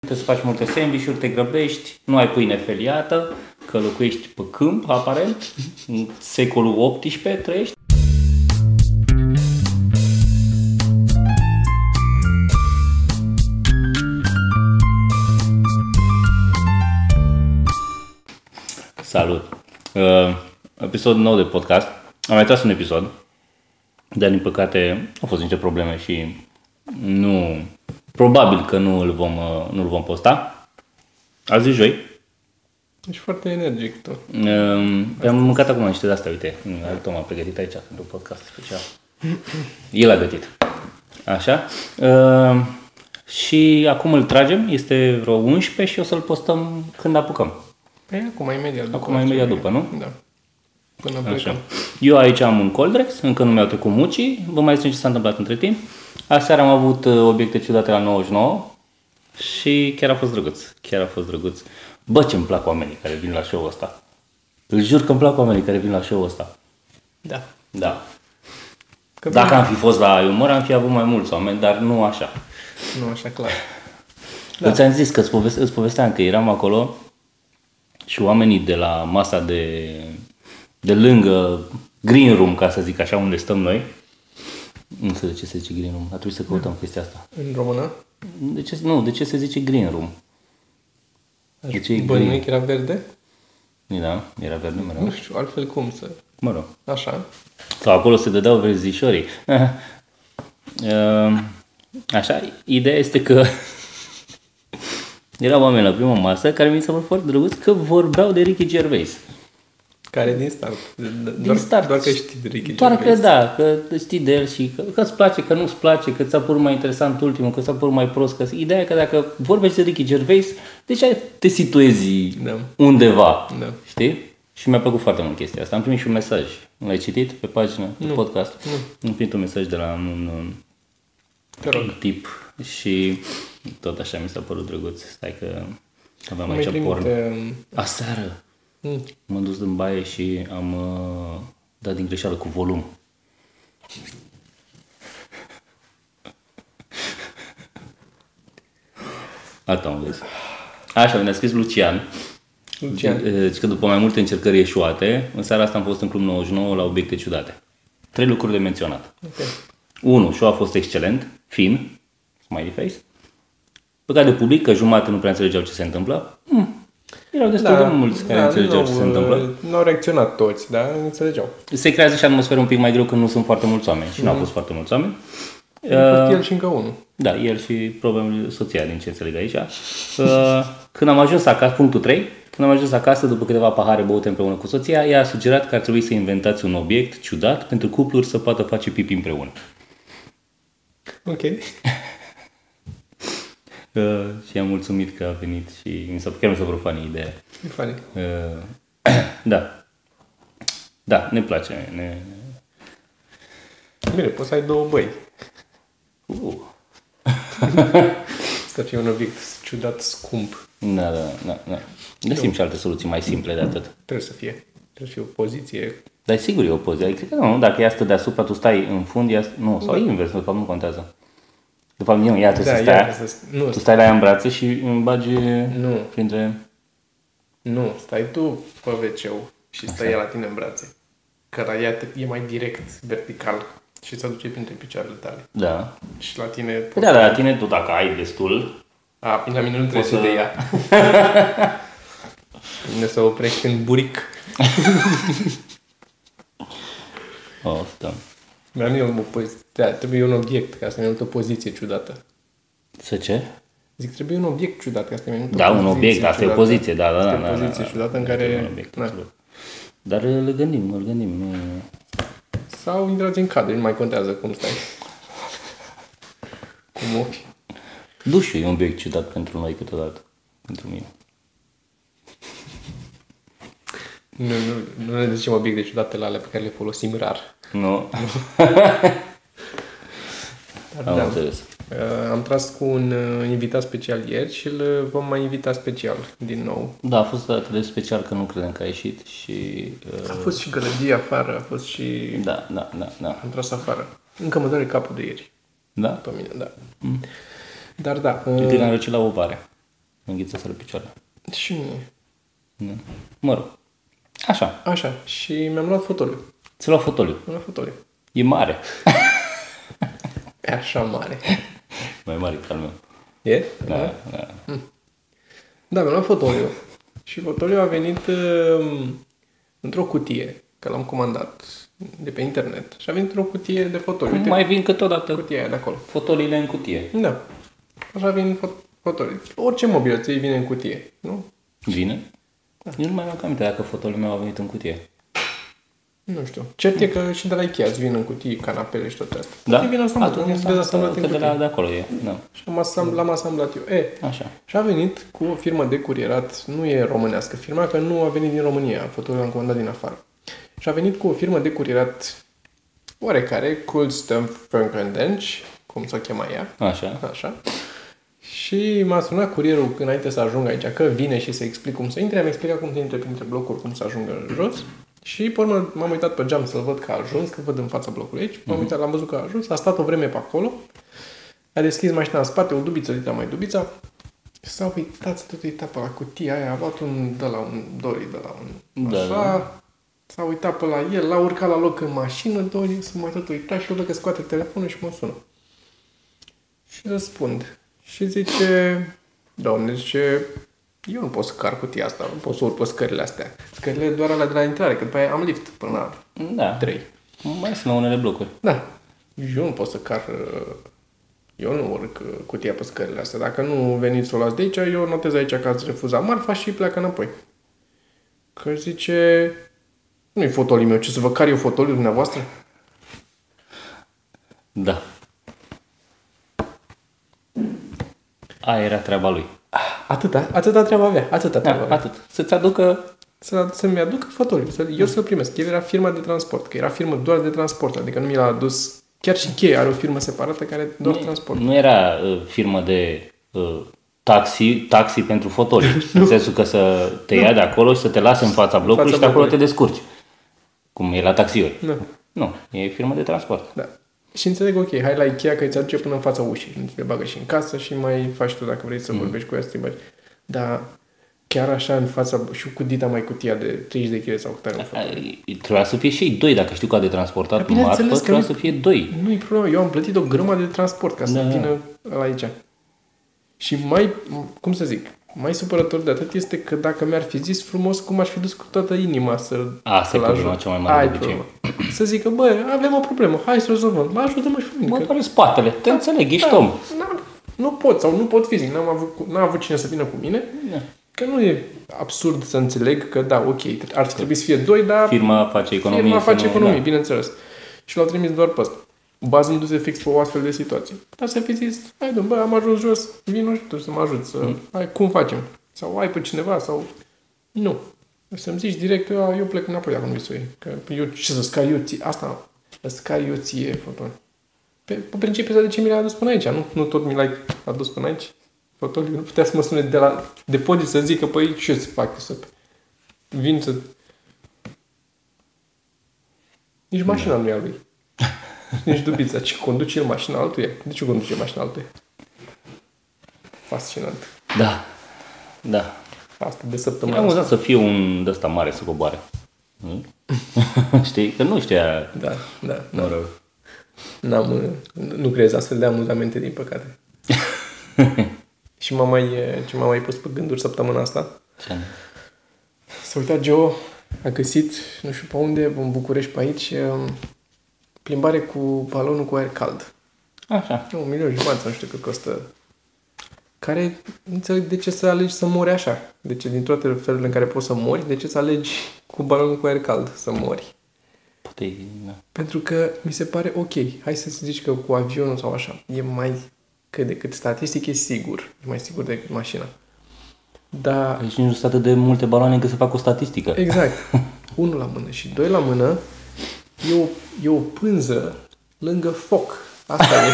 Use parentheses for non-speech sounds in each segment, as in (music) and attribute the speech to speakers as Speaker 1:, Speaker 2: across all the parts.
Speaker 1: Trebuie să faci multe sandvișuri, te grăbești, nu ai pâine feliată, că locuiești pe câmp, aparent, în secolul XVIII trăiești. Salut! Uh, episod nou de podcast. Am mai tras un episod, dar din păcate au fost niște probleme și nu... Probabil că nu îl vom, uh, nu îl vom posta. Azi e joi.
Speaker 2: Ești foarte energic tu.
Speaker 1: Um, am mâncat acum niște de-astea, uite. Toma a pregătit aici pentru podcast special. El a gătit. Așa. Um, și acum îl tragem, este vreo 11 și o să-l postăm când apucăm.
Speaker 2: Păi acum, imediat după.
Speaker 1: Acum, imediat
Speaker 2: începere.
Speaker 1: după,
Speaker 2: Da. Până
Speaker 1: Așa.
Speaker 2: plecăm.
Speaker 1: Eu aici am un Coldrex, încă nu mi-au trecut mucii, vă mai zic ce s-a întâmplat între timp. Aseară am avut uh, obiecte ciudate la 99 și chiar a fost drăguț, chiar a fost drăguț. Bă, ce-mi plac oamenii care vin la show-ul ăsta. Îl jur că îmi plac oamenii care vin la show-ul ăsta.
Speaker 2: Da.
Speaker 1: Da.
Speaker 2: Că
Speaker 1: Dacă am fi fost la umor, am fi avut mai mulți oameni, dar nu așa.
Speaker 2: Nu așa clar.
Speaker 1: Da. Îți am zis că îți, poveste, îți povesteam că eram acolo și oamenii de la masa de, de lângă green room, ca să zic așa, unde stăm noi. Nu știu de ce se zice green room, a trebuit să căutăm chestia asta.
Speaker 2: În română?
Speaker 1: De ce, nu, de ce se zice green room? De ce e green?
Speaker 2: Bănuic era verde?
Speaker 1: Da, era verde, mă
Speaker 2: Nu
Speaker 1: rog.
Speaker 2: știu, altfel cum să...
Speaker 1: Mă rog.
Speaker 2: Așa.
Speaker 1: Sau acolo se dădeau verzișorii. Ehm, Așa, ideea este că (laughs) erau oameni la prima masă care mi s-a părut foarte drăguț că vorbeau de Ricky Gervais.
Speaker 2: Care din start. Din
Speaker 1: Din
Speaker 2: doar,
Speaker 1: start.
Speaker 2: Doar că știi de Ricky
Speaker 1: Doar
Speaker 2: Gervais.
Speaker 1: că da, că știi de el și că, că îți place, că nu-ți place, că ți-a părut mai interesant ultimul, că ți-a părut mai prost. Că... Ideea e că dacă vorbești de Ricky Gervais, deja te situezi
Speaker 2: Da.
Speaker 1: undeva,
Speaker 2: Da.
Speaker 1: știi? Și mi-a plăcut foarte mult chestia asta. Am primit și un mesaj. L-ai citit pe pagină, pe podcast? Nu. Am primit un mesaj de la un, un
Speaker 2: Te rog.
Speaker 1: un tip și tot așa mi s-a părut drăguț. Stai că aveam
Speaker 2: Mi-ai
Speaker 1: aici porn.
Speaker 2: trimite... um,
Speaker 1: Aseară
Speaker 2: mm,
Speaker 1: m-am dus în baie și am uh, dat din greșeală cu volum. Atât am văzut. Așa, mi-a scris Lucian.
Speaker 2: Lucian.
Speaker 1: Eh, Zice că după mai multe încercări ieșuate, în seara asta am fost în Club 99 la obiecte ciudate. Trei lucruri de menționat.
Speaker 2: Ok.
Speaker 1: 1. Show a fost excelent, fin, smiley face. Păcat de public că jumate nu prea înțelegeau ce se întâmplă. Hmm. Erau destul da, de mulți care da, înțelegeau
Speaker 2: n-au,
Speaker 1: ce se întâmplă.
Speaker 2: uh, N-au reacționat toți, dar înțelegeau.
Speaker 1: Se creează și atmosferă un pic mai greu când nu sunt foarte mulți oameni și nu au fost foarte mulți oameni.
Speaker 2: Uh, el și încă unul.
Speaker 1: Da, el și probabil soția, din ce înțeleg aici. Uh, Când am ajuns acasă, punctul 3, când am ajuns acasă, după câteva pahare băute împreună cu soția, ea a sugerat că ar trebui să inventați un obiect ciudat pentru cupluri să poată face pipi împreună.
Speaker 2: Ok.
Speaker 1: Uh, și am mulțumit că a venit și mi s-a, chiar mi s-a părut funny ideea.
Speaker 2: E funny.
Speaker 1: Uh, (clears throat) da. Da, ne place. Ne...
Speaker 2: Bine, poți să ai două băi.
Speaker 1: Uh.
Speaker 2: Să fie un obiect ciudat, scump.
Speaker 1: Da, da, da, da. Găsim și alte soluții mai simple de atât.
Speaker 2: Trebuie să fie. Trebuie să fie o poziție.
Speaker 1: Dar sigur e o poziție. Adică cred că nu, dacă ea stă deasupra, tu stai în fund, ea... stă- Nu, sau invers, de fapt nu contează. De fapt, nu, ea trebuie
Speaker 2: Da,
Speaker 1: să
Speaker 2: ea
Speaker 1: stai.
Speaker 2: trebuie să... Nu,
Speaker 1: Tu stai la ea în brațe și îmi bagi
Speaker 2: Nu.
Speaker 1: printre...
Speaker 2: Nu, stai tu pe wc și stai ea la tine în brațe. Că la ea te- e mai direct, vertical și se aduce printre picioarele tale.
Speaker 1: Da.
Speaker 2: Și la tine...
Speaker 1: Păi da, dar la tine tu dacă ai destul,
Speaker 2: A, bine, la mine nu trebuie să de ea.
Speaker 1: (laughs)
Speaker 2: Bine să oprești în buric.
Speaker 1: o, da.
Speaker 2: La mine mă poz... da, trebuie un obiect ca să ne o poziție ciudată.
Speaker 1: Să ce?
Speaker 2: Zic, trebuie un obiect ciudat ca să ne
Speaker 1: Da, un obiect, asta e o poziție, da, da, da.
Speaker 2: Este o
Speaker 1: da, da,
Speaker 2: poziție
Speaker 1: da.
Speaker 2: ciudată în
Speaker 1: Este
Speaker 2: care-
Speaker 1: un obiect,
Speaker 2: da.
Speaker 1: absolut. Dar îl gândim, îl gândim. Nu...
Speaker 2: Sau intrați în cadre, nu mai contează cum stai. cum ochi.
Speaker 1: Dușul e un obiect ciudat pentru noi câteodată. Pentru mine.
Speaker 2: Nu, nu, nu ne zicem obiecte ciudate la alea pe care le folosim rar.
Speaker 1: Nu? Am
Speaker 2: da.
Speaker 1: înțeles.
Speaker 2: Uh, am tras cu un uh, invitat special ieri și îl uh, vom mai invita special din nou.
Speaker 1: Da, a fost atât de special că nu credem că a ieșit și... Uh,
Speaker 2: A fost și gălăgie afară, a fost și...
Speaker 1: da, da, da, da.
Speaker 2: Am tras afară. Încă mă doare capul de ieri.
Speaker 1: Da?
Speaker 2: Mm. Pe mine, da. Dar da,
Speaker 1: Eu
Speaker 2: uh,
Speaker 1: te la ovare. înghițaseră picioarele.
Speaker 2: Și mie.
Speaker 1: Da. Mă rog. Așa,
Speaker 2: Așa. Și mi-am luat fotoliu.
Speaker 1: ți lua fotoliu.
Speaker 2: Mi-am luat fotoliu.
Speaker 1: E mare.
Speaker 2: E așa mare.
Speaker 1: Mai mare ca al meu.
Speaker 2: E?
Speaker 1: Da, da.
Speaker 2: Da, mi-am luat fotoliu. (laughs) și fotoliu a venit uh, într-o cutie, că l-am comandat de pe internet. Și a venit într-o cutie de fotoliu. Uite,
Speaker 1: Mai vin câteodată
Speaker 2: cutia aia de acolo.
Speaker 1: fotoliile în cutie.
Speaker 2: Da. Așa vin fot- fotoliu. Orice mobilă ți vine în cutie, nu?
Speaker 1: Vine? Eu nu mai am aminte dacă fotoliul meu a venit în cutie.
Speaker 2: Nu știu. Cert e că și de la Ikea îți vin în cutii canapele și toate astea.
Speaker 1: Da?
Speaker 2: Te vin asamblat, un
Speaker 1: asta-
Speaker 2: dezasamblat în
Speaker 1: că de,
Speaker 2: cutii.
Speaker 1: la, de acolo e. Da.
Speaker 2: Și am asambl- l-am asamblat eu. E,
Speaker 1: Așa.
Speaker 2: și a venit cu o firmă de curierat, nu e românească firma, că nu a venit din România, fotoliul l-am comandat din afară. Și a venit cu o firmă de curierat oarecare, Coolstem Funkendench, cum s-o chema ea,
Speaker 1: Așa.
Speaker 2: Așa. Și m-a sunat curierul înainte să ajung aici, că vine și să explic cum să intre. Am explicat cum să intre printre blocuri, cum să ajungă jos. Și pe urmă m-am uitat pe geam să-l văd că a ajuns, că văd în fața blocului aici. M-am uitat, l-am văzut că a ajuns, a stat o vreme pe acolo. A deschis mașina în spate, o dubiță, dita mai dubița. S-a uitat, s-a tot uitat pe la cutia aia, a luat un de la un Dori, de la un
Speaker 1: Da,
Speaker 2: așa. S-a uitat pe la el, l-a urcat la loc în mașină, Dori s-a mai tot uitat și văd că scoate telefonul și mă sună. Și răspund. Și zice, doamne, zice, eu nu pot să car cutia asta, nu pot să urc pe scările astea. Scările doar alea de la intrare, că după aia am lift până la
Speaker 1: Da.
Speaker 2: 3.
Speaker 1: Mai sunt la unele blocuri.
Speaker 2: Da. Eu nu pot să car... uh, Eu nu urc uh, cutia pe scările astea. Dacă nu veniți să o luați de aici, eu notez aici că ați refuzat marfa și pleacă înapoi. Că zice... Nu-i fotoliul meu, ce să vă car eu fotoliul dumneavoastră?
Speaker 1: Da. Aia era treaba lui.
Speaker 2: Atâta, atâta treaba avea, atâta treaba
Speaker 1: Da,
Speaker 2: avea.
Speaker 1: atât. Să-ți aducă...
Speaker 2: Să, să-mi aducă fotoliul, să, eu să-l primesc. El era firma de transport, că era firmă doar de transport, adică nu mi l-a adus... Chiar și Cheia are o firmă separată care doar transport.
Speaker 1: Nu era uh, firmă de uh, taxi, taxi pentru fotoli.
Speaker 2: (laughs)
Speaker 1: în sensul că să te ia de acolo și să te lase în fața blocului
Speaker 2: fața
Speaker 1: și de acolo te
Speaker 2: blocului. Da.
Speaker 1: descurci. Cum e la taxiuri.
Speaker 2: Nu.
Speaker 1: Nu, e firmă de transport.
Speaker 2: Da. Și înțeleg, ok, hai la Ikea că îți aduce până în fața ușii. Nu te bagă și în casă și mai faci tu dacă vrei
Speaker 1: Mm.
Speaker 2: să vorbești cu ea, să te bagi. Dar chiar așa în fața, și cu dita mai cutia de 30 de kg sau cât are
Speaker 1: (laughs)
Speaker 2: în față.
Speaker 1: Ai- Trebuia să fie și ei doi, dacă știu că a de transportat
Speaker 2: bine,
Speaker 1: marfă,
Speaker 2: înțeles că
Speaker 1: trebuia
Speaker 2: nu-
Speaker 1: să fie doi.
Speaker 2: Nu-i problemă, eu am plătit o grămadă de transport ca să
Speaker 1: Da.
Speaker 2: vină la aici. Și mai, cum să zic, mai supărător de atât este că dacă mi-ar fi zis frumos, cum aș fi dus cu toată inima să
Speaker 1: Ah, Asta
Speaker 2: să-l
Speaker 1: e problema
Speaker 2: ajut.
Speaker 1: cea mai mare
Speaker 2: Aia
Speaker 1: de
Speaker 2: e
Speaker 1: obicei.
Speaker 2: problema. Să zică, bă, avem o problemă, hai să o rezolvăm, mă ajută-mă și pe mine.
Speaker 1: Mă
Speaker 2: că-
Speaker 1: doare spatele, te înțeleg, ești
Speaker 2: Da,
Speaker 1: om.
Speaker 2: n-am- nu pot sau nu pot fizic, n-am avut, cu- n-a avut cine să vină cu mine.
Speaker 1: Da.
Speaker 2: Că nu e absurd să înțeleg că da, ok, ar fi trebuit să fie doi, dar firma,
Speaker 1: Firma face economie.
Speaker 2: firma
Speaker 1: să
Speaker 2: face
Speaker 1: nu- da.
Speaker 2: economie, bineînțeles. Și l-au trimis doar pe ăsta. Bazându-se fix pe o astfel de situație. Dar să fi zis, hai domn, bă, am ajuns jos, vin nu știu, să mă ajut, să,
Speaker 1: Mm.
Speaker 2: hai, cum facem? Sau ai pe cineva, sau... Nu. Să-mi zici direct, eu, eu plec înapoi dacă nu vrei să o iei. Că eu ce să scar eu ție, asta, să scar eu ție, foton. Pe, pe principiu ăsta de ce mi l-a adus până aici, nu? Nu tot mi l-ai adus până aici. Fotoliu, nu putea să mă sune de la depozit să zică, păi, ce să fac? Să vin să... Nici mașina nu e a lui. Nici dubița, ci conduce el mașina altuia. De ce conduce mașina altuia? Fascinant.
Speaker 1: Da, da.
Speaker 2: Asta de
Speaker 1: Era
Speaker 2: săptămână.
Speaker 1: amuzant să fie un de ăsta mare să
Speaker 2: (laughs)
Speaker 1: coboare. Mm? Știi? Că nu știa...
Speaker 2: Da, da.
Speaker 1: Mă rog.
Speaker 2: N-am, uh, nu creez astfel de amuzamente, din păcate. și m-a mai, uh, ce m-a mai pus pe gânduri săptămâna asta?
Speaker 1: Ce-am-
Speaker 2: S-a uitat Joe, a găsit, nu știu pe unde, în București, pe aici, uh, plimbare cu balonul cu aer cald.
Speaker 1: Așa.
Speaker 2: Un milion jumătate, nu știu cât costă. Care, nu înțeleg de ce să alegi să mori așa. De ce, din toate felurile în care poți să mori, de ce să alegi cu balonul cu aer cald să mori?
Speaker 1: Poate e- da.
Speaker 2: Pentru că mi se pare ok. Hai să zici că cu avionul sau așa e mai cât de cât statistic e sigur. E mai sigur decât mașina. Dar,
Speaker 1: Aici nici Deci nu sunt atât de multe baloane încât să fac o statistică.
Speaker 2: exact, unul la mână și doi la mână e o, e o pânză lângă foc.
Speaker 1: (laughs)
Speaker 2: Asta e.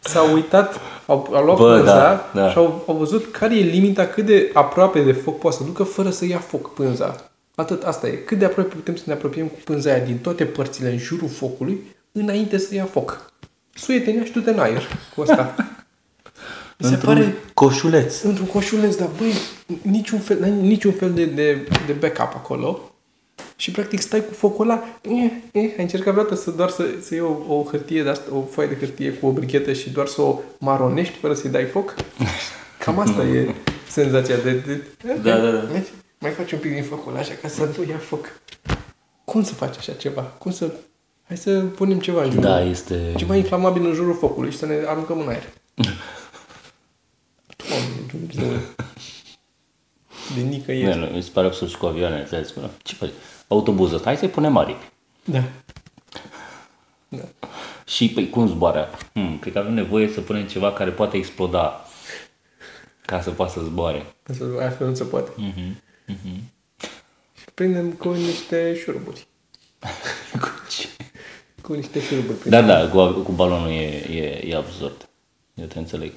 Speaker 2: S-au uitat, au, au luat
Speaker 1: Bă,
Speaker 2: pânza
Speaker 1: da, da.
Speaker 2: și au, au văzut care e limita, cât de aproape de foc poate să ducă fără să ia foc pânza. Atât asta e. Cât de aproape putem să ne apropiem cu pânza aia din toate părțile în jurul focului înainte să ia foc. Suetenia și du-te în aer cu asta. Mi se
Speaker 1: într-un
Speaker 2: pare
Speaker 1: coșuleț.
Speaker 2: într-un coșuleț, dar băi, niciun fel, n-ai niciun fel de, de, de backup acolo. Și practic stai cu focul ăla. E, e, ai încercat vreodată să doar să, să iei o, o hârtie de asta, o foaie de hârtie cu o brichetă și doar să o maronești fără să-i dai foc? Cam
Speaker 1: (laughs)
Speaker 2: asta e senzația de... de
Speaker 1: Da, da, da.
Speaker 2: Vezi? Mai faci un pic din focul ăla așa ca să nu ia foc. Cum să faci așa ceva? Cum să... Hai să punem ceva în jurul.
Speaker 1: Da, este...
Speaker 2: Ceva Deci inflamabil în jurul focului și să ne aruncăm în aer. Doamne, Dumnezeu. De
Speaker 1: Nu,
Speaker 2: nicăieri.
Speaker 1: nu, mi se pare absurd și cu avioanele, ți-a zis, bă, Ce faci? Autobuzul ăsta, hai să-i punem aripi.
Speaker 2: Da. da.
Speaker 1: Și păi, cum zboară? Hmm, cred că avem nevoie să punem ceva care poate exploda ca să poată să zboare.
Speaker 2: Asta altfel nu se poate. Mm-hmm. Mm-hmm. Și prindem cu niște șuruburi. Cu niște șuruburi. prindem.
Speaker 1: Da, da, cu, cu balonul e, e, e absurd. Eu te înțeleg.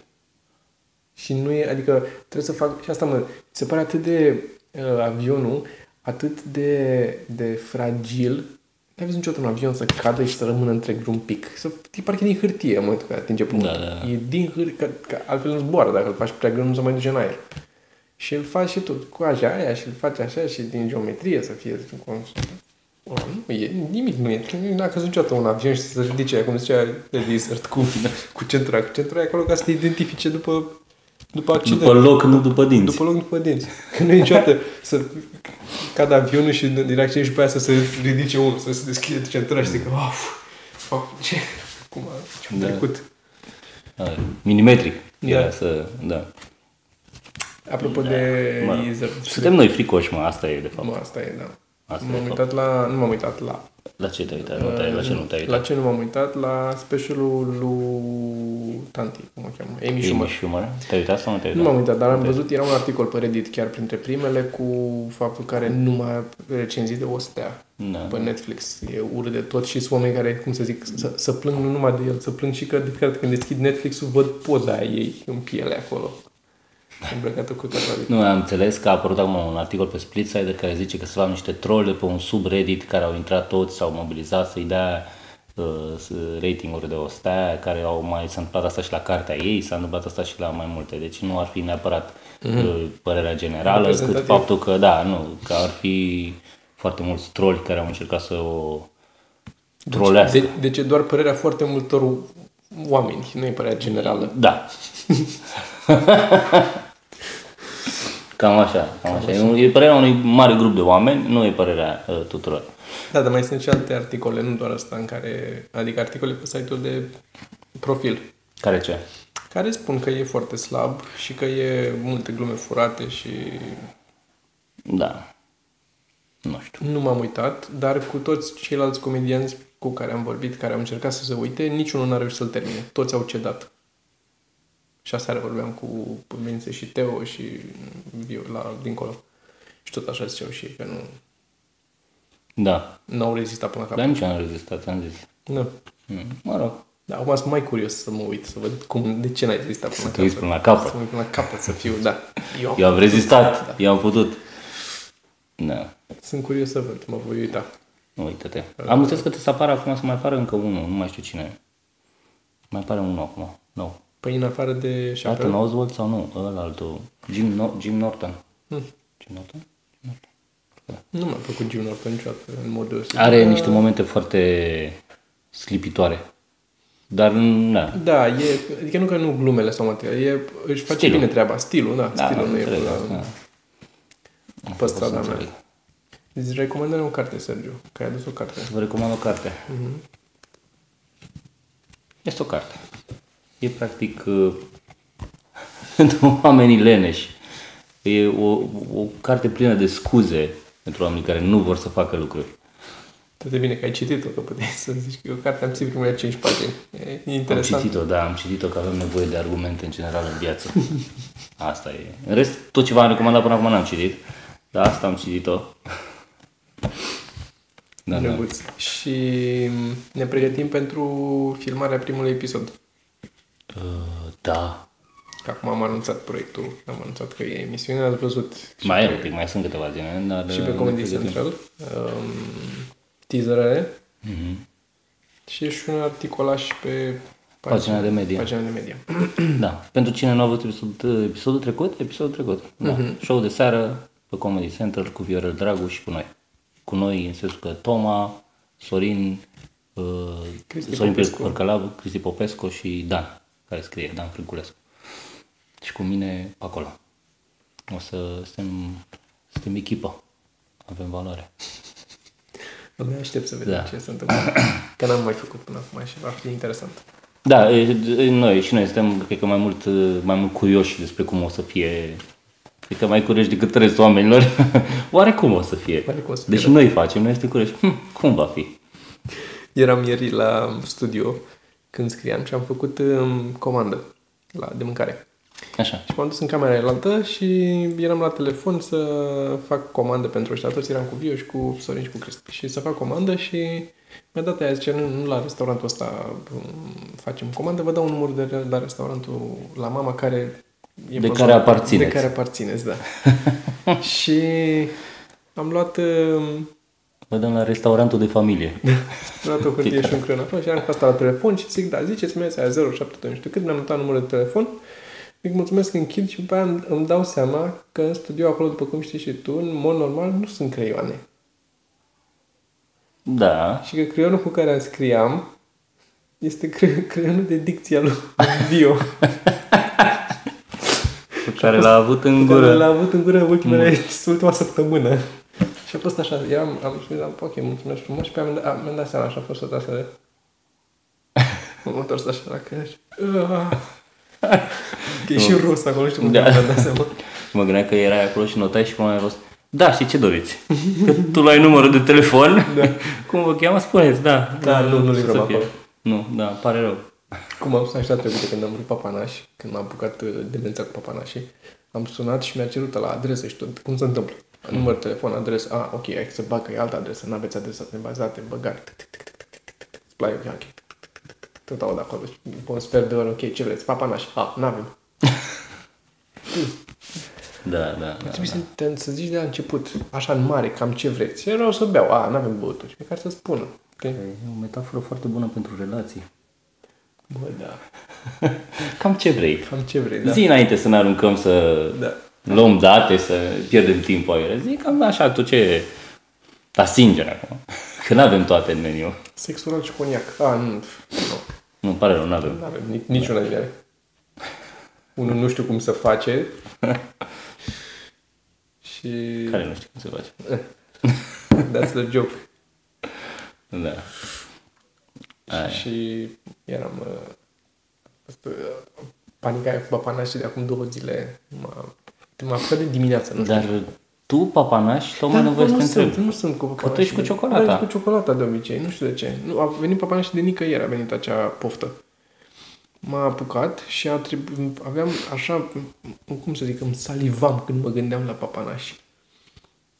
Speaker 2: Și nu e, adică trebuie să fac, și asta mă, se pare atât de uh, avionul, atât de, de fragil, n-ai văzut niciodată un avion să cadă și să rămână întreg un pic. Să, e parcă din hârtie în momentul când atinge pământul.
Speaker 1: Da, da, da.
Speaker 2: E din hârtie, că, că, altfel nu zboară, dacă îl faci prea greu nu se mai duce în aer. Și îl faci și tu, cu aja aia și îl faci așa și din geometrie să fie cum Ăla nu e, nimic nu e. N-a căzut niciodată un avion și să se ridice, cum zicea de desert, cu, cu centura. Cu centura e acolo ca să te identifice după, după accident.
Speaker 1: După loc, nu după dinți.
Speaker 2: După loc, după dinți. Că nu e niciodată să cadă avionul și din accident și pe aia să se ridice omul, să se deschide centura și să zică, of, of, ce, cum a ce
Speaker 1: Da.
Speaker 2: da. trecut.
Speaker 1: Ah, Milimetric. Era
Speaker 2: Da.
Speaker 1: să... Da.
Speaker 2: Apropo de
Speaker 1: Mă rog.
Speaker 2: Lizard,
Speaker 1: Suntem noi fricoși, mă, asta e, de fapt.
Speaker 2: mă, asta e, da.
Speaker 1: Asta e
Speaker 2: m-am
Speaker 1: fapt.
Speaker 2: uitat la, nu m-am uitat la,
Speaker 1: La ce te-ai uitat? Nu te-ai, la ce nu te-ai
Speaker 2: la
Speaker 1: uitat?
Speaker 2: ce nu m-am uitat, la specialul lui Tanti, cum o cheamă, Amy
Speaker 1: Amy da.
Speaker 2: Schumer.
Speaker 1: Schumer. Te-ai uitat sau nu te-ai
Speaker 2: Nu
Speaker 1: uitat?
Speaker 2: m-am uitat, dar am văzut, era un articol pe Reddit chiar printre primele cu faptul care nu mai recenzii de o stea.
Speaker 1: Da.
Speaker 2: pe Netflix. E urât de tot și sunt oameni care, cum să zic, să, să plâng nu numai de el, să plâng și că de fiecare dată când deschid Netflix-ul văd poza aia ei în piele acolo. Îmbrăcată cu tatuaje.
Speaker 1: Nu, am înțeles că a apărut acum un articol pe Splitsider care zice că se fac niște trole pe un subreddit care au intrat toți, s-au mobilizat să-i dea uh, s- ratinguri de o stea, care au mai s-a întâmplat asta și la cartea ei, s-a întâmplat asta și la mai multe. Deci nu ar fi neapărat uh, părerea generală, cât
Speaker 2: Mhm. Reprezentativ.
Speaker 1: faptul că, da, nu, că ar fi foarte mulți troli care au încercat să o trolească.
Speaker 2: De, deci e doar părerea foarte multor oameni, nu e părerea generală.
Speaker 1: Da. cam așa, cam, așa. E un- E părerea unui mare grup de oameni, nu e părerea uh, tuturor.
Speaker 2: Da, dar mai sunt și alte articole, nu doar asta în care, adică articole pe site-ul de profil,
Speaker 1: Care ce?
Speaker 2: care spun că e foarte slab și că e multe glume furate și
Speaker 1: Da. Nu știu.
Speaker 2: Nu m-am uitat, dar cu toți ceilalți comedianți cu care am vorbit, care au încercat să se uite, niciunul n-a reușit să-l termine. Toți au cedat. Și aseară vorbeam cu Mințe și Teo și eu la dincolo. Și tot așa ziceau și ei că nu
Speaker 1: Da.
Speaker 2: n-au rezistat până la
Speaker 1: Dar
Speaker 2: capăt. Da.
Speaker 1: nici eu n-am rezistat, am zis.
Speaker 2: Nu.
Speaker 1: Mm, Mă rog.
Speaker 2: Dar Da, acum sunt mai curios să mă uit, să văd cum, de ce n-ai rezistat până la
Speaker 1: te uiți
Speaker 2: capăt.
Speaker 1: până la capăt.
Speaker 2: Să mă uit până la capăt, să fiu, da. Eu,
Speaker 1: Eu am rezistat, eu am putut. Da.
Speaker 2: sunt curios să văd, mă voi uita.
Speaker 1: Nu Uite-te. Am înțeles că te să apară acum să mai apară încă unul, nu mai știu cine. e. Mai apare unul acum. Nou.
Speaker 2: Păi în afară de
Speaker 1: Norton
Speaker 2: Chappelle,
Speaker 1: Oswald sau nu? Ăla altul. Jim, no- Jim Norton. Jim Norton?
Speaker 2: nu mi-a plăcut Jim Norton niciodată, în mod deosebit.
Speaker 1: Are niște momente foarte slipitoare. Dar, na,
Speaker 2: Da, e, adică nu că nu glumele sau materiale, e, își face
Speaker 1: Stilul.
Speaker 2: stilul. bine treaba, stilul, da,
Speaker 1: da,
Speaker 2: stilul nu e
Speaker 1: înțeleg,
Speaker 2: până
Speaker 1: da.
Speaker 2: pe strada
Speaker 1: Să înțeleg.
Speaker 2: mea. Îți recomandă o carte, Sergiu, că ai adus o carte.
Speaker 1: Vă recomand o carte.
Speaker 2: Mhm.
Speaker 1: Este o carte. E practic uh, (laughs) pentru oamenii leneși. E o, o carte plină de scuze pentru oamenii care nu vor să facă lucruri.
Speaker 2: Tot e bine că ai citit-o, că puteai să zici că e o carte, am citit primele 5 pagini. E, e
Speaker 1: Am
Speaker 2: interesant.
Speaker 1: citit-o, da, am citit-o că avem nevoie de argumente în general în viață. (laughs) Asta e. În rest, tot ce v-am recomandat până acum n-am citit. Dar asta am citit-o. Da, da.
Speaker 2: Drăguț. Și ne pregătim pentru filmarea primului episod.
Speaker 1: Uh, da.
Speaker 2: Că acum am anunțat proiectul, am anunțat că e emisiune, ați văzut și
Speaker 1: Mai e un pic, mai sunt câteva zile, dar...
Speaker 2: și pe
Speaker 1: uh,
Speaker 2: Comedy
Speaker 1: ne pregătim.
Speaker 2: Central. Um,
Speaker 1: Mhm.
Speaker 2: teaserele. Și și un articolaș pe
Speaker 1: Pagina de media.
Speaker 2: Pagina de media.
Speaker 1: (clears throat) Da. Pentru cine nu a văzut episodul, episodul trecut, episodul trecut. Da. Uh-huh.
Speaker 2: Mhm.
Speaker 1: Show de seară pe Comedy Central cu Viorel Dragu și cu noi. Cu noi în sensul că Toma, Sorin, uh,
Speaker 2: Cristi
Speaker 1: Sorin
Speaker 2: Popescu.
Speaker 1: Părcalab, Cristi Popescu și Dan, care scrie, Dan Frânculescu. Și cu mine pe acolo. O să suntem, suntem echipă. Avem valoare.
Speaker 2: Abia aștept să vedem
Speaker 1: Da.
Speaker 2: ce
Speaker 1: (coughs)
Speaker 2: se întâmplă. Că n-am mai făcut până acum și ar fi interesant.
Speaker 1: Da, e- e- noi și noi suntem, cred că mai mult, e, mai mult curioși despre cum o să fie, cred că mai curioși decât restul oamenilor, (laughs) oare cum o să fie?
Speaker 2: Oare cum o să fie,
Speaker 1: deci
Speaker 2: da.
Speaker 1: noi facem, noi suntem curioși, hm, cum va fi?
Speaker 2: Eram ieri la studio când scriam și am făcut um, comandă la, de mâncare.
Speaker 1: Așa.
Speaker 2: Și m-am dus în camera elaltă și eram la telefon să fac comandă pentru ăștia toți. Eram cu Vio și cu Sorin și cu Cristi. Și să fac comandă și mi-a dat aia, zice, nu, nu la restaurantul ăsta um, facem comandă, vă dau un număr de la restaurantul la mama care... E
Speaker 1: De
Speaker 2: pe
Speaker 1: care
Speaker 2: zona-
Speaker 1: aparțineți.
Speaker 2: De care aparțineți, da.
Speaker 1: (laughs)
Speaker 2: și am luat... um,
Speaker 1: Vă dăm la restaurantul de (laughs) familie.
Speaker 2: Am luat o hârtie și un creion acolo și am cu asta la telefon și zic, da, ziceți mi aia 072, nu știu cât, mi-am notat numărul de telefon, zic, mulțumesc, închid și după aia îmi- îmi dau seama că în studio acolo, după cum știi și tu, în mod normal nu sunt creioane.
Speaker 1: Da.
Speaker 2: Și că creionul cu care scriam este cre- creionul de dicția lui (laughs) Dio.
Speaker 1: Pe care l-a avut în
Speaker 2: Care
Speaker 1: gură.
Speaker 2: l-a avut în gură ultimele, (laughs) mm. ultima săptămână. Și a fost așa, eram, am și mi-am zis, ok, mulțumesc frumos și pe aia mi-am dat- a, mi-am dat seama și a fost o tasă
Speaker 1: (laughs)
Speaker 2: de... M-am întors așa la creier și... "Ah." (laughs) Că e și rus acolo, nu știu cum
Speaker 1: Da.
Speaker 2: da. mi-am dat seama.
Speaker 1: Și mă gândeam că erai acolo și notai și până la rost. Da, și ce doriți? Că tu luai numărul de telefon. Da. (laughs) Cum vă cheamă? Spuneți, da.
Speaker 2: Da, nu, nu
Speaker 1: ce
Speaker 2: livrăm
Speaker 1: să fie.
Speaker 2: acolo.
Speaker 1: Nu, da, îmi pare rău.
Speaker 2: Cum am sunat și data trecută când am vrut papanași, când m-am apucat uh, demența cu papanașii, am sunat și mi-a cerut la adresă și tot. Cum se întâmplă? Număr de telefon, adresă, a, ok, hai să bagă, e altă adresă, n-aveți adresa de bazate, băgare, tic, tic, tic, tic, tic, tic, tic, tic, îți place, ok, tic, tic, tic, tic, tic, tic, tot aud acolo, și după un sfert de oră, ok, ce vreți, papanași, a, n-avem.
Speaker 1: Da, da, da.
Speaker 2: Trebuie să, te- să zici de la început, așa în mare, cam ce vreți. Eu vreau să beau, a, n-avem băuturi, măcar să spună. Te-
Speaker 1: E o metaforă foarte bună pentru relații.
Speaker 2: Bă, da,
Speaker 1: Cam ce vrei.
Speaker 2: cam ce vrei,
Speaker 1: Da.
Speaker 2: da.
Speaker 1: Zi înainte să ne aruncăm să
Speaker 2: Da.
Speaker 1: luăm date, să pierdem timp aiure. Zic cam așa, tu ce... Dar sincer acum, că nu avem toate în meniu.
Speaker 2: Sex oral și coniac, a, nu, nu.
Speaker 1: Nu, îmi pare rău, nu avem.
Speaker 2: Nu avem nic- niciuna din ele. Unul nu știu cum să face. (laughs) și...
Speaker 1: Care nu știu cum se face.
Speaker 2: That's the joke.
Speaker 1: Da. (laughs) Aia.
Speaker 2: Și eram... uh, fost, uh, Panica aia cu papana și de acum două zile m-a, m-a făcut de dimineață. Nu știu.
Speaker 1: Dar tu, papanaș, tocmai Da, nu
Speaker 2: Dar
Speaker 1: voie să
Speaker 2: Da, nu,
Speaker 1: te
Speaker 2: sunt,
Speaker 1: întreb.
Speaker 2: nu sunt cu papana
Speaker 1: tu ești
Speaker 2: și-
Speaker 1: cu ciocolata.
Speaker 2: Da, ești cu ciocolata de obicei, nu știu de ce. Nu, a venit papana și de nicăieri a venit acea poftă. M-a apucat și a trebu- aveam așa, cum să zic, îmi salivam când mă gândeam la papanași.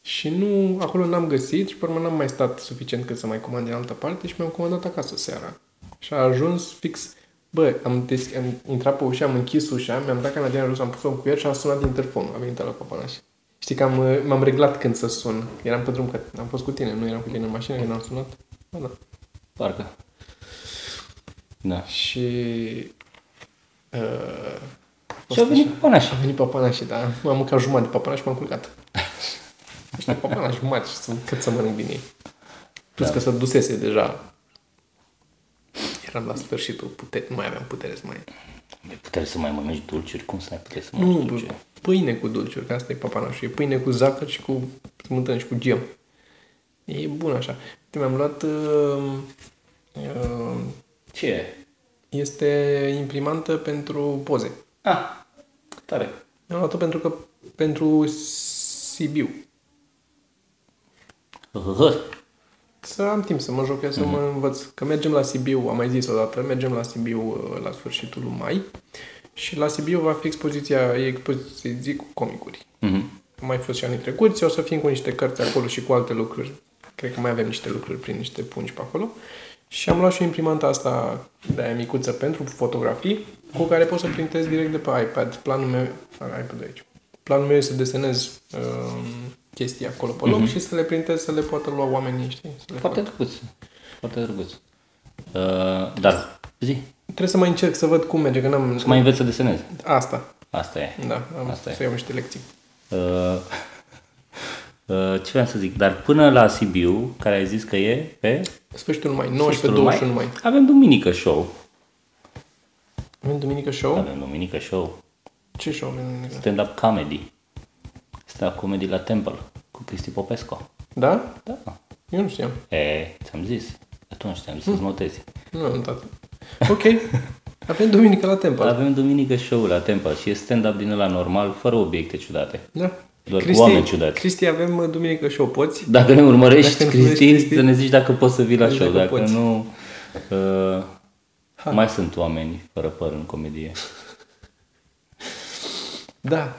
Speaker 2: Și nu, acolo n-am găsit și pe urmă n-am mai stat suficient cât să mai comand din altă parte și mi-am comandat acasă seara. Și a ajuns fix, bă, am, des- am intrat pe ușă, am închis ușa, mi-am dat canadianul jos, am pus-o în cuier și a sunat interfonul, a venit la papanaș. Știi că am, uh, m-am reglat când să sun. Eram pe drum, că am fost cu tine, nu eram cu tine în mașină când am sunat. Ba da.
Speaker 1: Parcă. Da.
Speaker 2: Și... Uh,
Speaker 1: Și a venit papanaș.
Speaker 2: a venit papanașii, da. M-am mâncat jumătate de papanaș și m-am (laughs) culcat. Ăștia papanași mari și sunt cât să mănânc din ei. Plus
Speaker 1: Da.
Speaker 2: da. că se dusese deja. Eram la sfârșitul, putere, nu mai aveam putere să mai...
Speaker 1: Mai puteai să mai mănânci dulciuri? Cum să mai puteai să mănânci
Speaker 2: Nu,
Speaker 1: nu,
Speaker 2: bă,
Speaker 1: dulciuri?
Speaker 2: pâine cu dulciuri, că asta e papanașul. E pâine cu zahăr și cu smântână și cu gem. E bun așa. Uite, Mi-am luat... Uh, uh,
Speaker 1: Ce?
Speaker 2: este imprimantă pentru poze.
Speaker 1: Ah, tare.
Speaker 2: Mi-am luat-o pentru că pentru Sibiu. Să am timp să mă joc, eu, să mă învăț. Că mergem la Sibiu, am mai zis odată, mergem la Sibiu uh, la sfârșitul lui mai și la Sibiu va fi expoziția, e expoziție, zic, cu comicuri.
Speaker 1: Mhm.
Speaker 2: Am mai fost și anii trecuți, o să fim cu niște cărți acolo și cu alte lucruri. Cred că mai avem niște lucruri prin niște pungi pe acolo. Și am luat și imprimanta asta de aia micuță pentru fotografii, cu care pot să printez direct de pe iPad. Planul meu, are iPad aici. Planul meu este să desenez um, chestii acolo pe loc și să le printez, să le poată lua oamenii, știi? Să le
Speaker 1: Foarte drăguț. Foarte drăguț. Uh, dar, zi.
Speaker 2: Trebuie să mai încerc să văd cum merge, că n-am...
Speaker 1: Să mai înveți să desenezi.
Speaker 2: Asta,
Speaker 1: Asta e.
Speaker 2: da, am
Speaker 1: Asta e.
Speaker 2: să iau niște lecții.
Speaker 1: Uh, uh, ce vreau să zic? Dar până la Sibiu, care ai zis că e pe...
Speaker 2: Sfârșitul mai,
Speaker 1: sfârșitul mai,
Speaker 2: 19-21 mai.
Speaker 1: Avem duminică show.
Speaker 2: Avem duminică show?
Speaker 1: Avem duminică show.
Speaker 2: Da. Ce show avem duminică?
Speaker 1: Stand-up comedy. Stand-up comedy la Temple cu Cristi Popescu.
Speaker 2: Da?
Speaker 1: Da.
Speaker 2: Eu nu știam.
Speaker 1: E, ți-am zis. Atunci ți-am zis să-ți notezi.
Speaker 2: Nu am
Speaker 1: (laughs)
Speaker 2: notat. Ok. Avem duminică la Temple.
Speaker 1: Avem duminică show la Temple și e stand-up din ăla normal, fără obiecte ciudate.
Speaker 2: Da.
Speaker 1: Doar cu oameni ciudați. Da.
Speaker 2: Cristi, avem uh, duminică show, poți?
Speaker 1: Dacă ne urmărești,
Speaker 2: Dacă ne
Speaker 1: Cristi,
Speaker 2: urmărești,
Speaker 1: să ne zici dacă poți să vii la
Speaker 2: Dacă
Speaker 1: show. Dacă
Speaker 2: poți.
Speaker 1: nu, uh, mai sunt oameni fără păr în comedie.
Speaker 2: Da.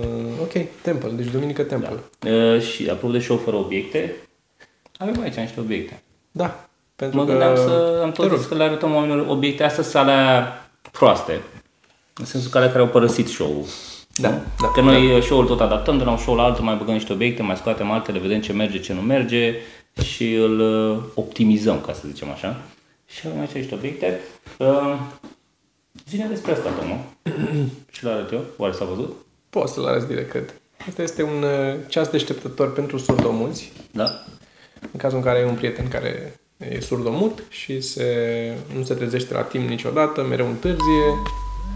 Speaker 2: Uh, ok, Temple, deci duminică Temple. Da.
Speaker 1: Uh, și apropo de show fără obiecte, avem aici niște obiecte.
Speaker 2: Da. Pentru
Speaker 1: Mă
Speaker 2: că...
Speaker 1: gândeam să am
Speaker 2: Te
Speaker 1: tot
Speaker 2: rog.
Speaker 1: zis că le arătăm oamenilor obiecte astea sunt alea proaste. În sensul că alea care au părăsit show-ul.
Speaker 2: Da, da.
Speaker 1: Că noi da. show-ul tot adaptăm de la un show la altul, mai băgăm niște obiecte, mai scoatem altele, vedem ce merge, ce nu merge și îl uh, optimizăm, ca să zicem așa. Și avem aici niște obiecte. Uh, Zine despre asta, Tomo.
Speaker 2: (clears throat)
Speaker 1: și l arăt eu. Oare s-a văzut?
Speaker 2: Poți să-l arăți direct, cred. Asta este un uh, ceas deșteptător pentru surdomuzi,
Speaker 1: Da?
Speaker 2: în cazul în care ai un prieten care e surdomut și se, nu se trezește la timp niciodată, mereu întârzie,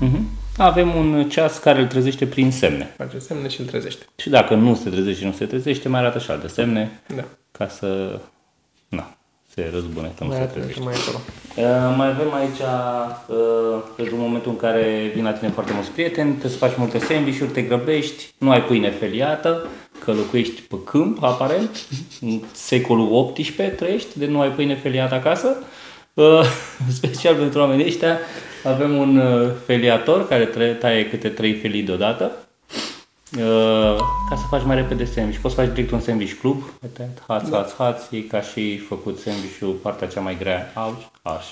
Speaker 1: Uh-huh. Avem un ceas care îl trezește prin semne.
Speaker 2: face semne și îl trezește.
Speaker 1: Și dacă nu se trezește și nu se trezește, mai arată și alte semne
Speaker 2: Da.
Speaker 1: ca să... Na, se răzbune că nu
Speaker 2: Mai
Speaker 1: se
Speaker 2: arată
Speaker 1: trezește.
Speaker 2: și mai acolo.
Speaker 1: Uh, mai avem aici, uh, pentru momentul în care vin la tine foarte mulți prieteni, trebuie să faci multe sandvișuri, te grăbești, nu ai pâine feliată, că locuiești pe câmp, aparent, în secolul XVIII trăiești, de nu ai pâine feliată acasă. Uh, (laughs) special pentru oamenii ăștia avem un uh, feliator care tre- taie câte trei felii deodată. Uh, ca să faci mai repede sandwich. Poți să faci direct un sandwich club, atent, haț,
Speaker 2: Da.
Speaker 1: haț, haț, e ca și făcut sandwich-ul, partea cea mai grea, auș, aș.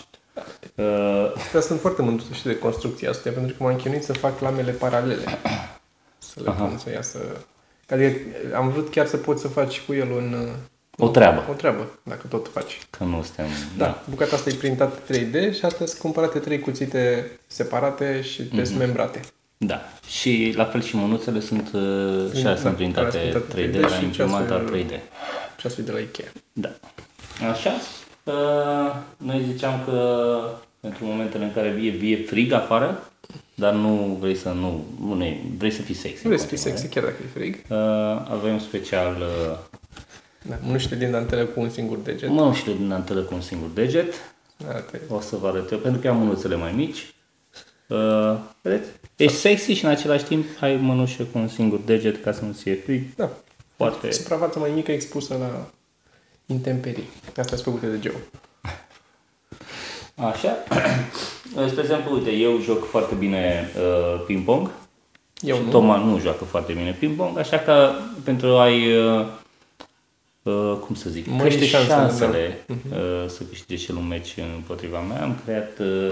Speaker 1: Uh,
Speaker 2: Dar sunt foarte mândru și de construcția asta, pentru că m-am chinuit să fac lamele paralele. Să le pun să iasă... Adică am vrut chiar să poți să faci cu el un, uh,
Speaker 1: o treabă,
Speaker 2: o treabă, dacă tot faci.
Speaker 1: că nu suntem...
Speaker 2: Da, da. bucata asta e printată 3D și astea sunt cumpărate trei cuțite separate și desmembrate.
Speaker 1: Da. Și la fel și mânuțele sunt, uh, și alea
Speaker 2: da,
Speaker 1: sunt
Speaker 2: alea
Speaker 1: printate
Speaker 2: sunt
Speaker 1: 3D,
Speaker 2: 3D
Speaker 1: la
Speaker 2: și
Speaker 1: imprimat la
Speaker 2: ceasul-
Speaker 1: 3D.
Speaker 2: Și asta e de la Ikea.
Speaker 1: Da. Așa. Uh, Noi ziceam că pentru momentele în care vie, vie frig afară, dar nu vrei să nu, nu ne, vrei să fii sexy.
Speaker 2: Nu vrei să fii sexy chiar dacă e frig.
Speaker 1: Uh, avem special uh,
Speaker 2: Da, mânuște din dantele cu un singur deget.
Speaker 1: mănușile din dantelă cu un singur deget.
Speaker 2: Arată.
Speaker 1: O să vă arăt eu, pentru că am mânuțele mai mici. Uh, vedeți? Ești sexy și în același timp ai mânușe cu un singur deget ca să nu-ți fie frig.
Speaker 2: Da.
Speaker 1: Foarte
Speaker 2: Suprafața mai mică expusă la intemperii. Asta sunt făcute de geo.
Speaker 1: așa. (clears throat) Spre exemplu, uite, eu joc foarte bine uh, ping-pong.
Speaker 2: Eu
Speaker 1: Și
Speaker 2: nu.
Speaker 1: Toma nu joacă foarte bine ping-pong, așa că pentru a-i, uh, uh, cum să zic,
Speaker 2: Mări
Speaker 1: crește
Speaker 2: șansele, Mhm.
Speaker 1: șansele uh, să câștige și el un meci împotriva mea, am creat uh,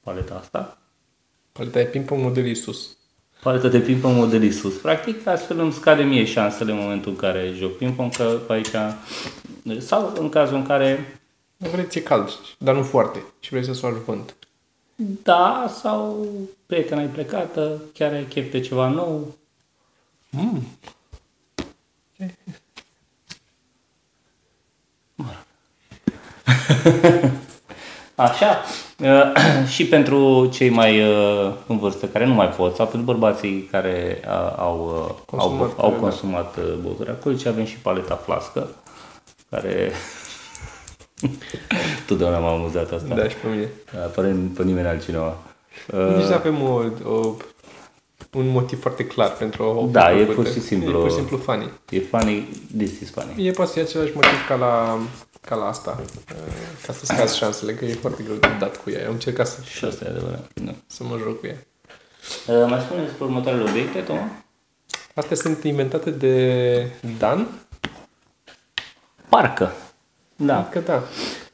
Speaker 1: paleta asta.
Speaker 2: Paleta e ping-pong model Iisus.
Speaker 1: Paleta de ping-pong model Isus. Practic, astfel îmi scade mie șansele în momentul în care joc ping-pong, că pe aici, uh, sau în cazul în care,
Speaker 2: Nu vrei, ți-e cald, dar nu foarte. Și vrei să soară vânt.
Speaker 1: da, sau prietena e plecată, chiar ai chef de ceva nou,
Speaker 2: Mm.
Speaker 1: (laughs) Așa. (clears throat) Uh, și pentru cei mai uh, în vârstă care nu mai pot, sau pentru bărbații care uh, au, uh,
Speaker 2: Consumat,
Speaker 1: au, au
Speaker 2: da.
Speaker 1: consumat uh, băuturi alcoolice, avem și paleta flască, care... (laughs) Totdeauna m-a amuzat asta.
Speaker 2: Da. da, și pe mine.
Speaker 1: Aparent pe nimeni altcineva. Uh,
Speaker 2: Nici nu avem o, o, un motiv foarte clar pentru o
Speaker 1: Da, e
Speaker 2: făcută.
Speaker 1: pur și simplu-
Speaker 2: E pur și simplu funny.
Speaker 1: E funny, this is funny.
Speaker 2: E poate să fie același motiv ca la, ca la asta. uh, Ca să scazi șansele, că e foarte greu de dat cu ea. Am încercat să,
Speaker 1: Și asta e adevărat. Da.
Speaker 2: să mă joc cu ea.
Speaker 1: Uh, mai spune despre următoarele obiecte, Toma?
Speaker 2: Astea sunt inventate de Dan?
Speaker 1: Parcă. Da.
Speaker 2: Că da.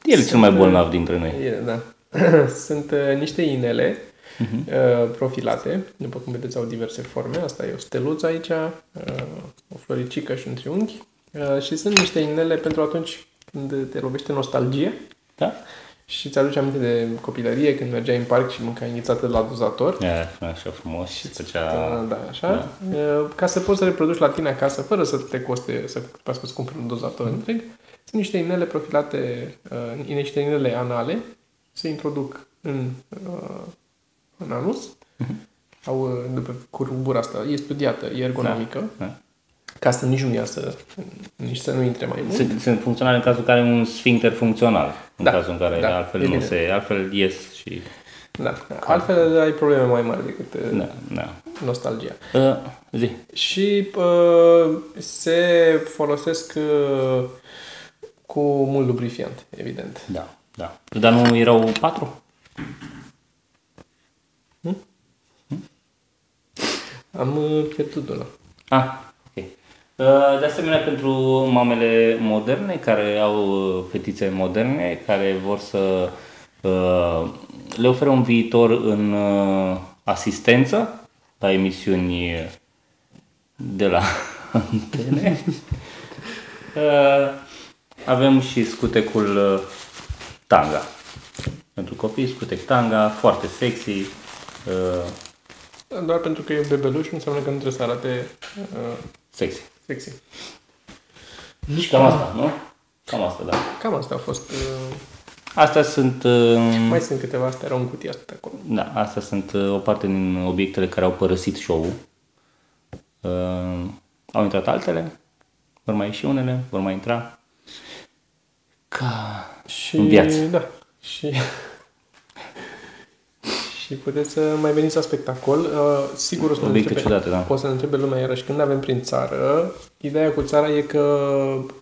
Speaker 1: El e cel mai bolnav dintre noi.
Speaker 2: E, da. (clears throat) Sunt uh, niște inele uh, profilate, după cum vedeți au diverse forme, asta e o steluță aici, uh, o floricică și un triunghi uh, și sunt niște inele pentru atunci când te lovește nostalgie
Speaker 1: Da?
Speaker 2: Și ți-aduce aminte de copilărie când mergeai în parc și mâncai înghețată la dozator?
Speaker 1: E, așa frumos și făcea...
Speaker 2: Da, așa. Da. Ca să poți să reproduci la tine acasă fără să te coste să trebuiască să cumperi un dozator
Speaker 1: Mhm.
Speaker 2: întreg, sunt niște inele profilate, uh, niște inele anale, se introduc în, uh, în anus,
Speaker 1: Mhm.
Speaker 2: au, uh, după curbura asta, e studiată, e ergonomică,
Speaker 1: Da.
Speaker 2: ca să nici nu iasă, nici să nu intre mai mult.
Speaker 1: Sunt, sunt funcționale în cazul în care e un sfincter funcțional, în
Speaker 2: Da,
Speaker 1: cazul în care
Speaker 2: da,
Speaker 1: altfel
Speaker 2: e
Speaker 1: nu
Speaker 2: bine.
Speaker 1: se... Altfel ies și...
Speaker 2: Da. Altfel ai probleme mai mari decât uh,
Speaker 1: Da, da.
Speaker 2: nostalgia.
Speaker 1: Uh, zi.
Speaker 2: Și uh, se folosesc uh, cu mult lubrifiant, evident.
Speaker 1: Da, da. Dar nu erau patru?
Speaker 2: Am uh, pierdut una.
Speaker 1: Ah, ok. Uh, De asemenea, pentru mamele moderne care au uh, fetițe moderne, care vor să uh, le oferă un viitor în uh, asistență la emisiuni de la (laughs) antene, uh, avem și scutecul uh, tanga. Pentru copii, scutec tanga, foarte sexy. uh,
Speaker 2: Doar pentru că e bebeluș, nu înseamnă că nu trebuie să arate uh,
Speaker 1: Sexy.
Speaker 2: sexy.
Speaker 1: Și cam asta, nu? Cam asta, da.
Speaker 2: Cam asta a fost. Uh,
Speaker 1: Astea sunt, uh,
Speaker 2: mai sunt câteva astea, erau în cutia asta acolo.
Speaker 1: da, astea sunt uh, o parte din obiectele care au părăsit show-ul. Uh, Au intrat altele, vor mai ieși unele, vor mai intra. Ca...
Speaker 2: Și,
Speaker 1: În viață.
Speaker 2: Da. Și, (laughs) și puteți să mai veniți la spectacol. Uh, sigur o să ne
Speaker 1: Obiecte
Speaker 2: întrebe-
Speaker 1: ciudate, da.
Speaker 2: O să ne întrebe lumea iarăși când avem prin țară. Ideea cu țara e că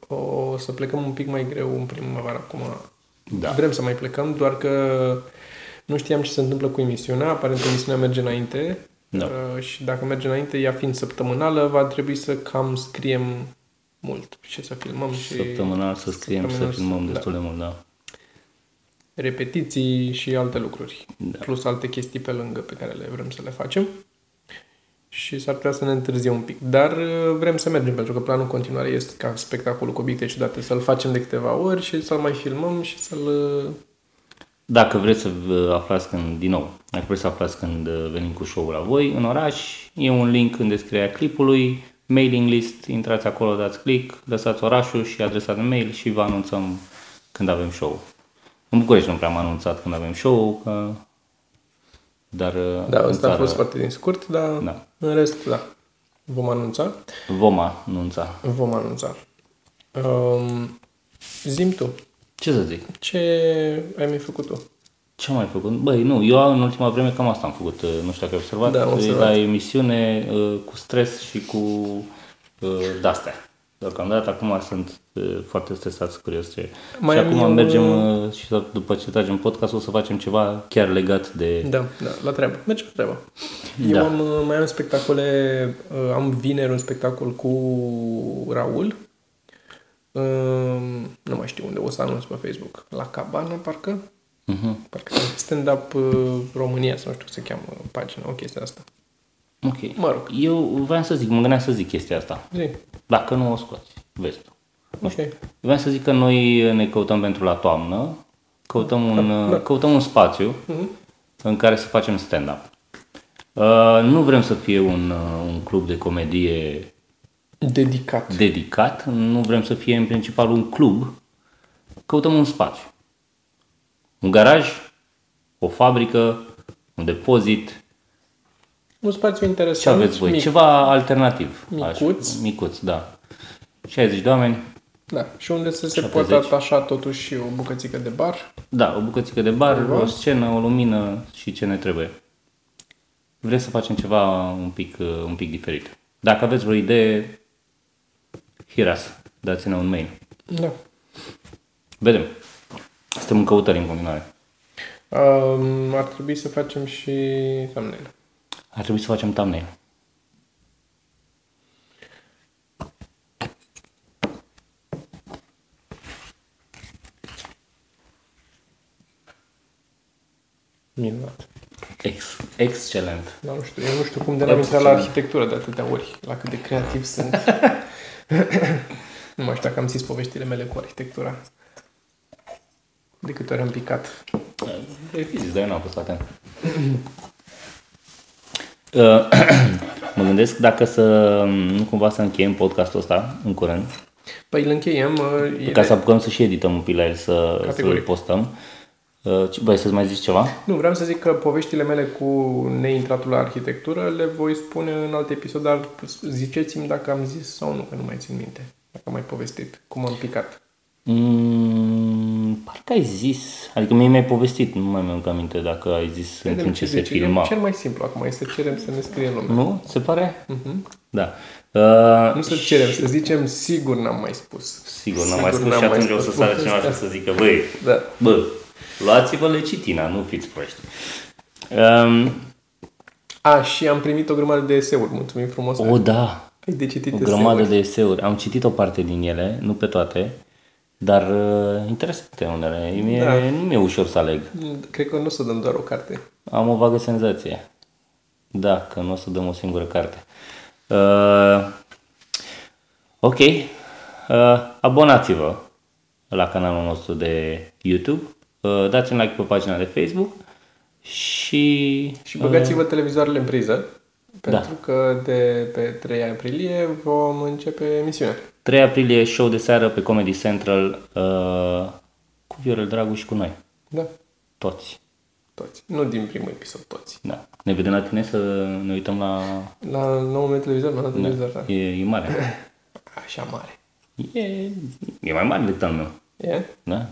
Speaker 2: uh, o să plecăm un pic mai greu în primăvară acum.
Speaker 1: Da.
Speaker 2: Vrem să mai plecăm, doar că nu știam ce se întâmplă cu emisiunea. Aparent emisiunea merge înainte.
Speaker 1: Da.
Speaker 2: Uh, Și dacă merge înainte, ea fiind săptămânală, va trebui să cam scriem mult și să filmăm și
Speaker 1: Săptămânal să scriem și să
Speaker 2: săptămânal să-
Speaker 1: filmăm
Speaker 2: da.
Speaker 1: destul de mult, da.
Speaker 2: repetiții și alte lucruri.
Speaker 1: Da.
Speaker 2: Plus alte chestii pe lângă pe care le vrem să le facem. Și s-ar putea să ne întârzie un pic. Dar uh, vrem să mergem, pentru că planul în continuare este ca spectacolul cu obiecte ciudate să-l facem de câteva ori și să-l mai filmăm și să-l... uh,
Speaker 1: Dacă vreți să vă aflați când, din nou, dacă vreți să aflați când uh, venim cu show-ul la voi în oraș, e un link în descrierea clipului, mailing list, intrați acolo, dați click, lăsați orașul și adresa de mail și vă anunțăm când avem show În București nu prea am anunțat când avem show că... dar uh,
Speaker 2: Da,
Speaker 1: în
Speaker 2: ăsta a
Speaker 1: țară
Speaker 2: fost foarte din scurt, dar
Speaker 1: Da.
Speaker 2: în rest, da, vom anunța.
Speaker 1: vom anunța.
Speaker 2: Vom anunța. Um, zim tu,
Speaker 1: Ce să zic?
Speaker 2: ce ai mai făcut tu?
Speaker 1: Ce am mai făcut? Băi, nu, eu în ultima vreme cam asta am făcut, uh, nu știu dacă ai observat,
Speaker 2: Da, am observat.
Speaker 1: la emisiune uh, cu stres și cu uh, de-astea. Deocamdată acum sunt uh, foarte stresat, sunt curios ce...
Speaker 2: Mai
Speaker 1: și
Speaker 2: am
Speaker 1: acum
Speaker 2: eu-
Speaker 1: mergem uh, și tot după ce tragem podcast o să facem ceva chiar legat de...
Speaker 2: Da, da, la treabă. Mergem la treabă. Eu
Speaker 1: Da.
Speaker 2: am, uh, mai am spectacole, uh, am vineri un spectacol cu Raul. Um, Nu mai știu unde, o să anunț pe Facebook. La Cabana, parcă?
Speaker 1: Mhm.
Speaker 2: Parcă stand-up uh, România, sau nu știu cum se cheamă pagina, o chestie asta.
Speaker 1: Ok.
Speaker 2: Mă rog.
Speaker 1: Eu voiam să zic, mă gândeam să zic chestia asta.
Speaker 2: Zi.
Speaker 1: Dacă nu o scoți, vezi tu.
Speaker 2: Ok.
Speaker 1: Vreau să zic că noi ne căutăm pentru la toamnă, căutăm
Speaker 2: Da,
Speaker 1: un, căutăm un spațiu
Speaker 2: Mhm.
Speaker 1: în care să facem stand-up. Uh, Nu vrem să fie un, uh, un club de comedie
Speaker 2: Dedicat.
Speaker 1: dedicat, nu vrem să fie în principal un club, căutăm un spațiu. Un garaj, o fabrică, un depozit,
Speaker 2: Un spațiu
Speaker 1: ce
Speaker 2: interesant.
Speaker 1: aveți voi,
Speaker 2: mic.
Speaker 1: ceva alternativ.
Speaker 2: Micuț.
Speaker 1: micuț, da. 60 de oameni,
Speaker 2: Da. Și unde să se
Speaker 1: 70.
Speaker 2: poată atașa totuși și o bucățică de bar.
Speaker 1: Da, o bucățică de bar, o scenă, o lumină și ce ne trebuie. Vrem să facem ceva un pic, uh, un pic diferit. Dacă aveți vreo idee, hiras, dați-ne un mail.
Speaker 2: Da.
Speaker 1: Vedem. Suntem în căutări în continuare.
Speaker 2: Um, ar trebui să facem și thumbnail.
Speaker 1: Ar trebui să facem thumbnail.
Speaker 2: Minunat.
Speaker 1: Ex- excelent.
Speaker 2: Dar Da, nu știu, eu nu știu cum de n-am intrat la arhitectură de atâtea ori, la cât de creativ
Speaker 1: (laughs)
Speaker 2: sunt. nu mai știu dacă am zis poveștile mele cu arhitectura. De câte ori am picat.
Speaker 1: E fizic, dar eu n-am fost atent. (clears throat) Uh, (clears throat) mă gândesc dacă să nu cumva să încheiem podcastul ăsta în curând,
Speaker 2: Păi îl încheiem. uh, ele-
Speaker 1: ca să apucăm să și edităm un pic la el, să, să-l
Speaker 2: Categoric.
Speaker 1: postăm. Uh, ce- Vrei să-ți mai zici ceva?
Speaker 2: Nu, vreau să zic că poveștile mele cu neintratul la arhitectură le voi spune în alt episod, dar ziceți-mi dacă am zis sau nu, că nu mai țin minte. Dacă am mai povestit, cum am picat.
Speaker 1: Mm, parcă ai zis, adică mie mi-ai povestit, nu mai mi-am aminte dacă ai zis în timp ce se
Speaker 2: zice. E
Speaker 1: filma.
Speaker 2: Cel mai simplu acum este să cerem să ne scrie lumea.
Speaker 1: Nu? Ți Se pare? Mm-hmm. Da. Uh,
Speaker 2: Nu să cerem, să zicem sigur n-am mai spus.
Speaker 1: sigur, n-am mai spus și atunci o să sară cineva și o să zică, băi,
Speaker 2: Da.
Speaker 1: bă, luați-vă lecitina, nu fiți proști. Um,
Speaker 2: A, și am primit o grămadă de eseuri, mulțumim frumos.
Speaker 1: o, da,
Speaker 2: Ai de citit
Speaker 1: o
Speaker 2: eseuri.
Speaker 1: grămadă de eseuri. Am citit o parte din ele, nu pe toate, dar uh, interesante unele. Mie,
Speaker 2: Da.
Speaker 1: Nu mi-e ușor să aleg.
Speaker 2: Cred că nu o să dăm doar o carte.
Speaker 1: Am o vagă senzație. Da, că nu o să dăm o singură carte. Uh, ok. Uh, abonați-vă la canalul nostru de YouTube. Uh, dați un like pe pagina de Facebook. Și...
Speaker 2: Și
Speaker 1: Mm.
Speaker 2: băgați-vă televizoarele în priză,
Speaker 1: Da.
Speaker 2: pentru că de pe 3 aprilie vom începe emisiunea.
Speaker 1: 3 aprilie, show de seară pe Comedy Central uh, cu Viorel Dragu și cu noi.
Speaker 2: Da,
Speaker 1: Toți.
Speaker 2: toți. Nu din primul episod, toți.
Speaker 1: Da. Ne vedem la tine să ne uităm la...
Speaker 2: La nou meu televizor, la televizor, da.
Speaker 1: E, e mare.
Speaker 2: Așa mare.
Speaker 1: E, e mai mare decât al meu.
Speaker 2: E?
Speaker 1: Da?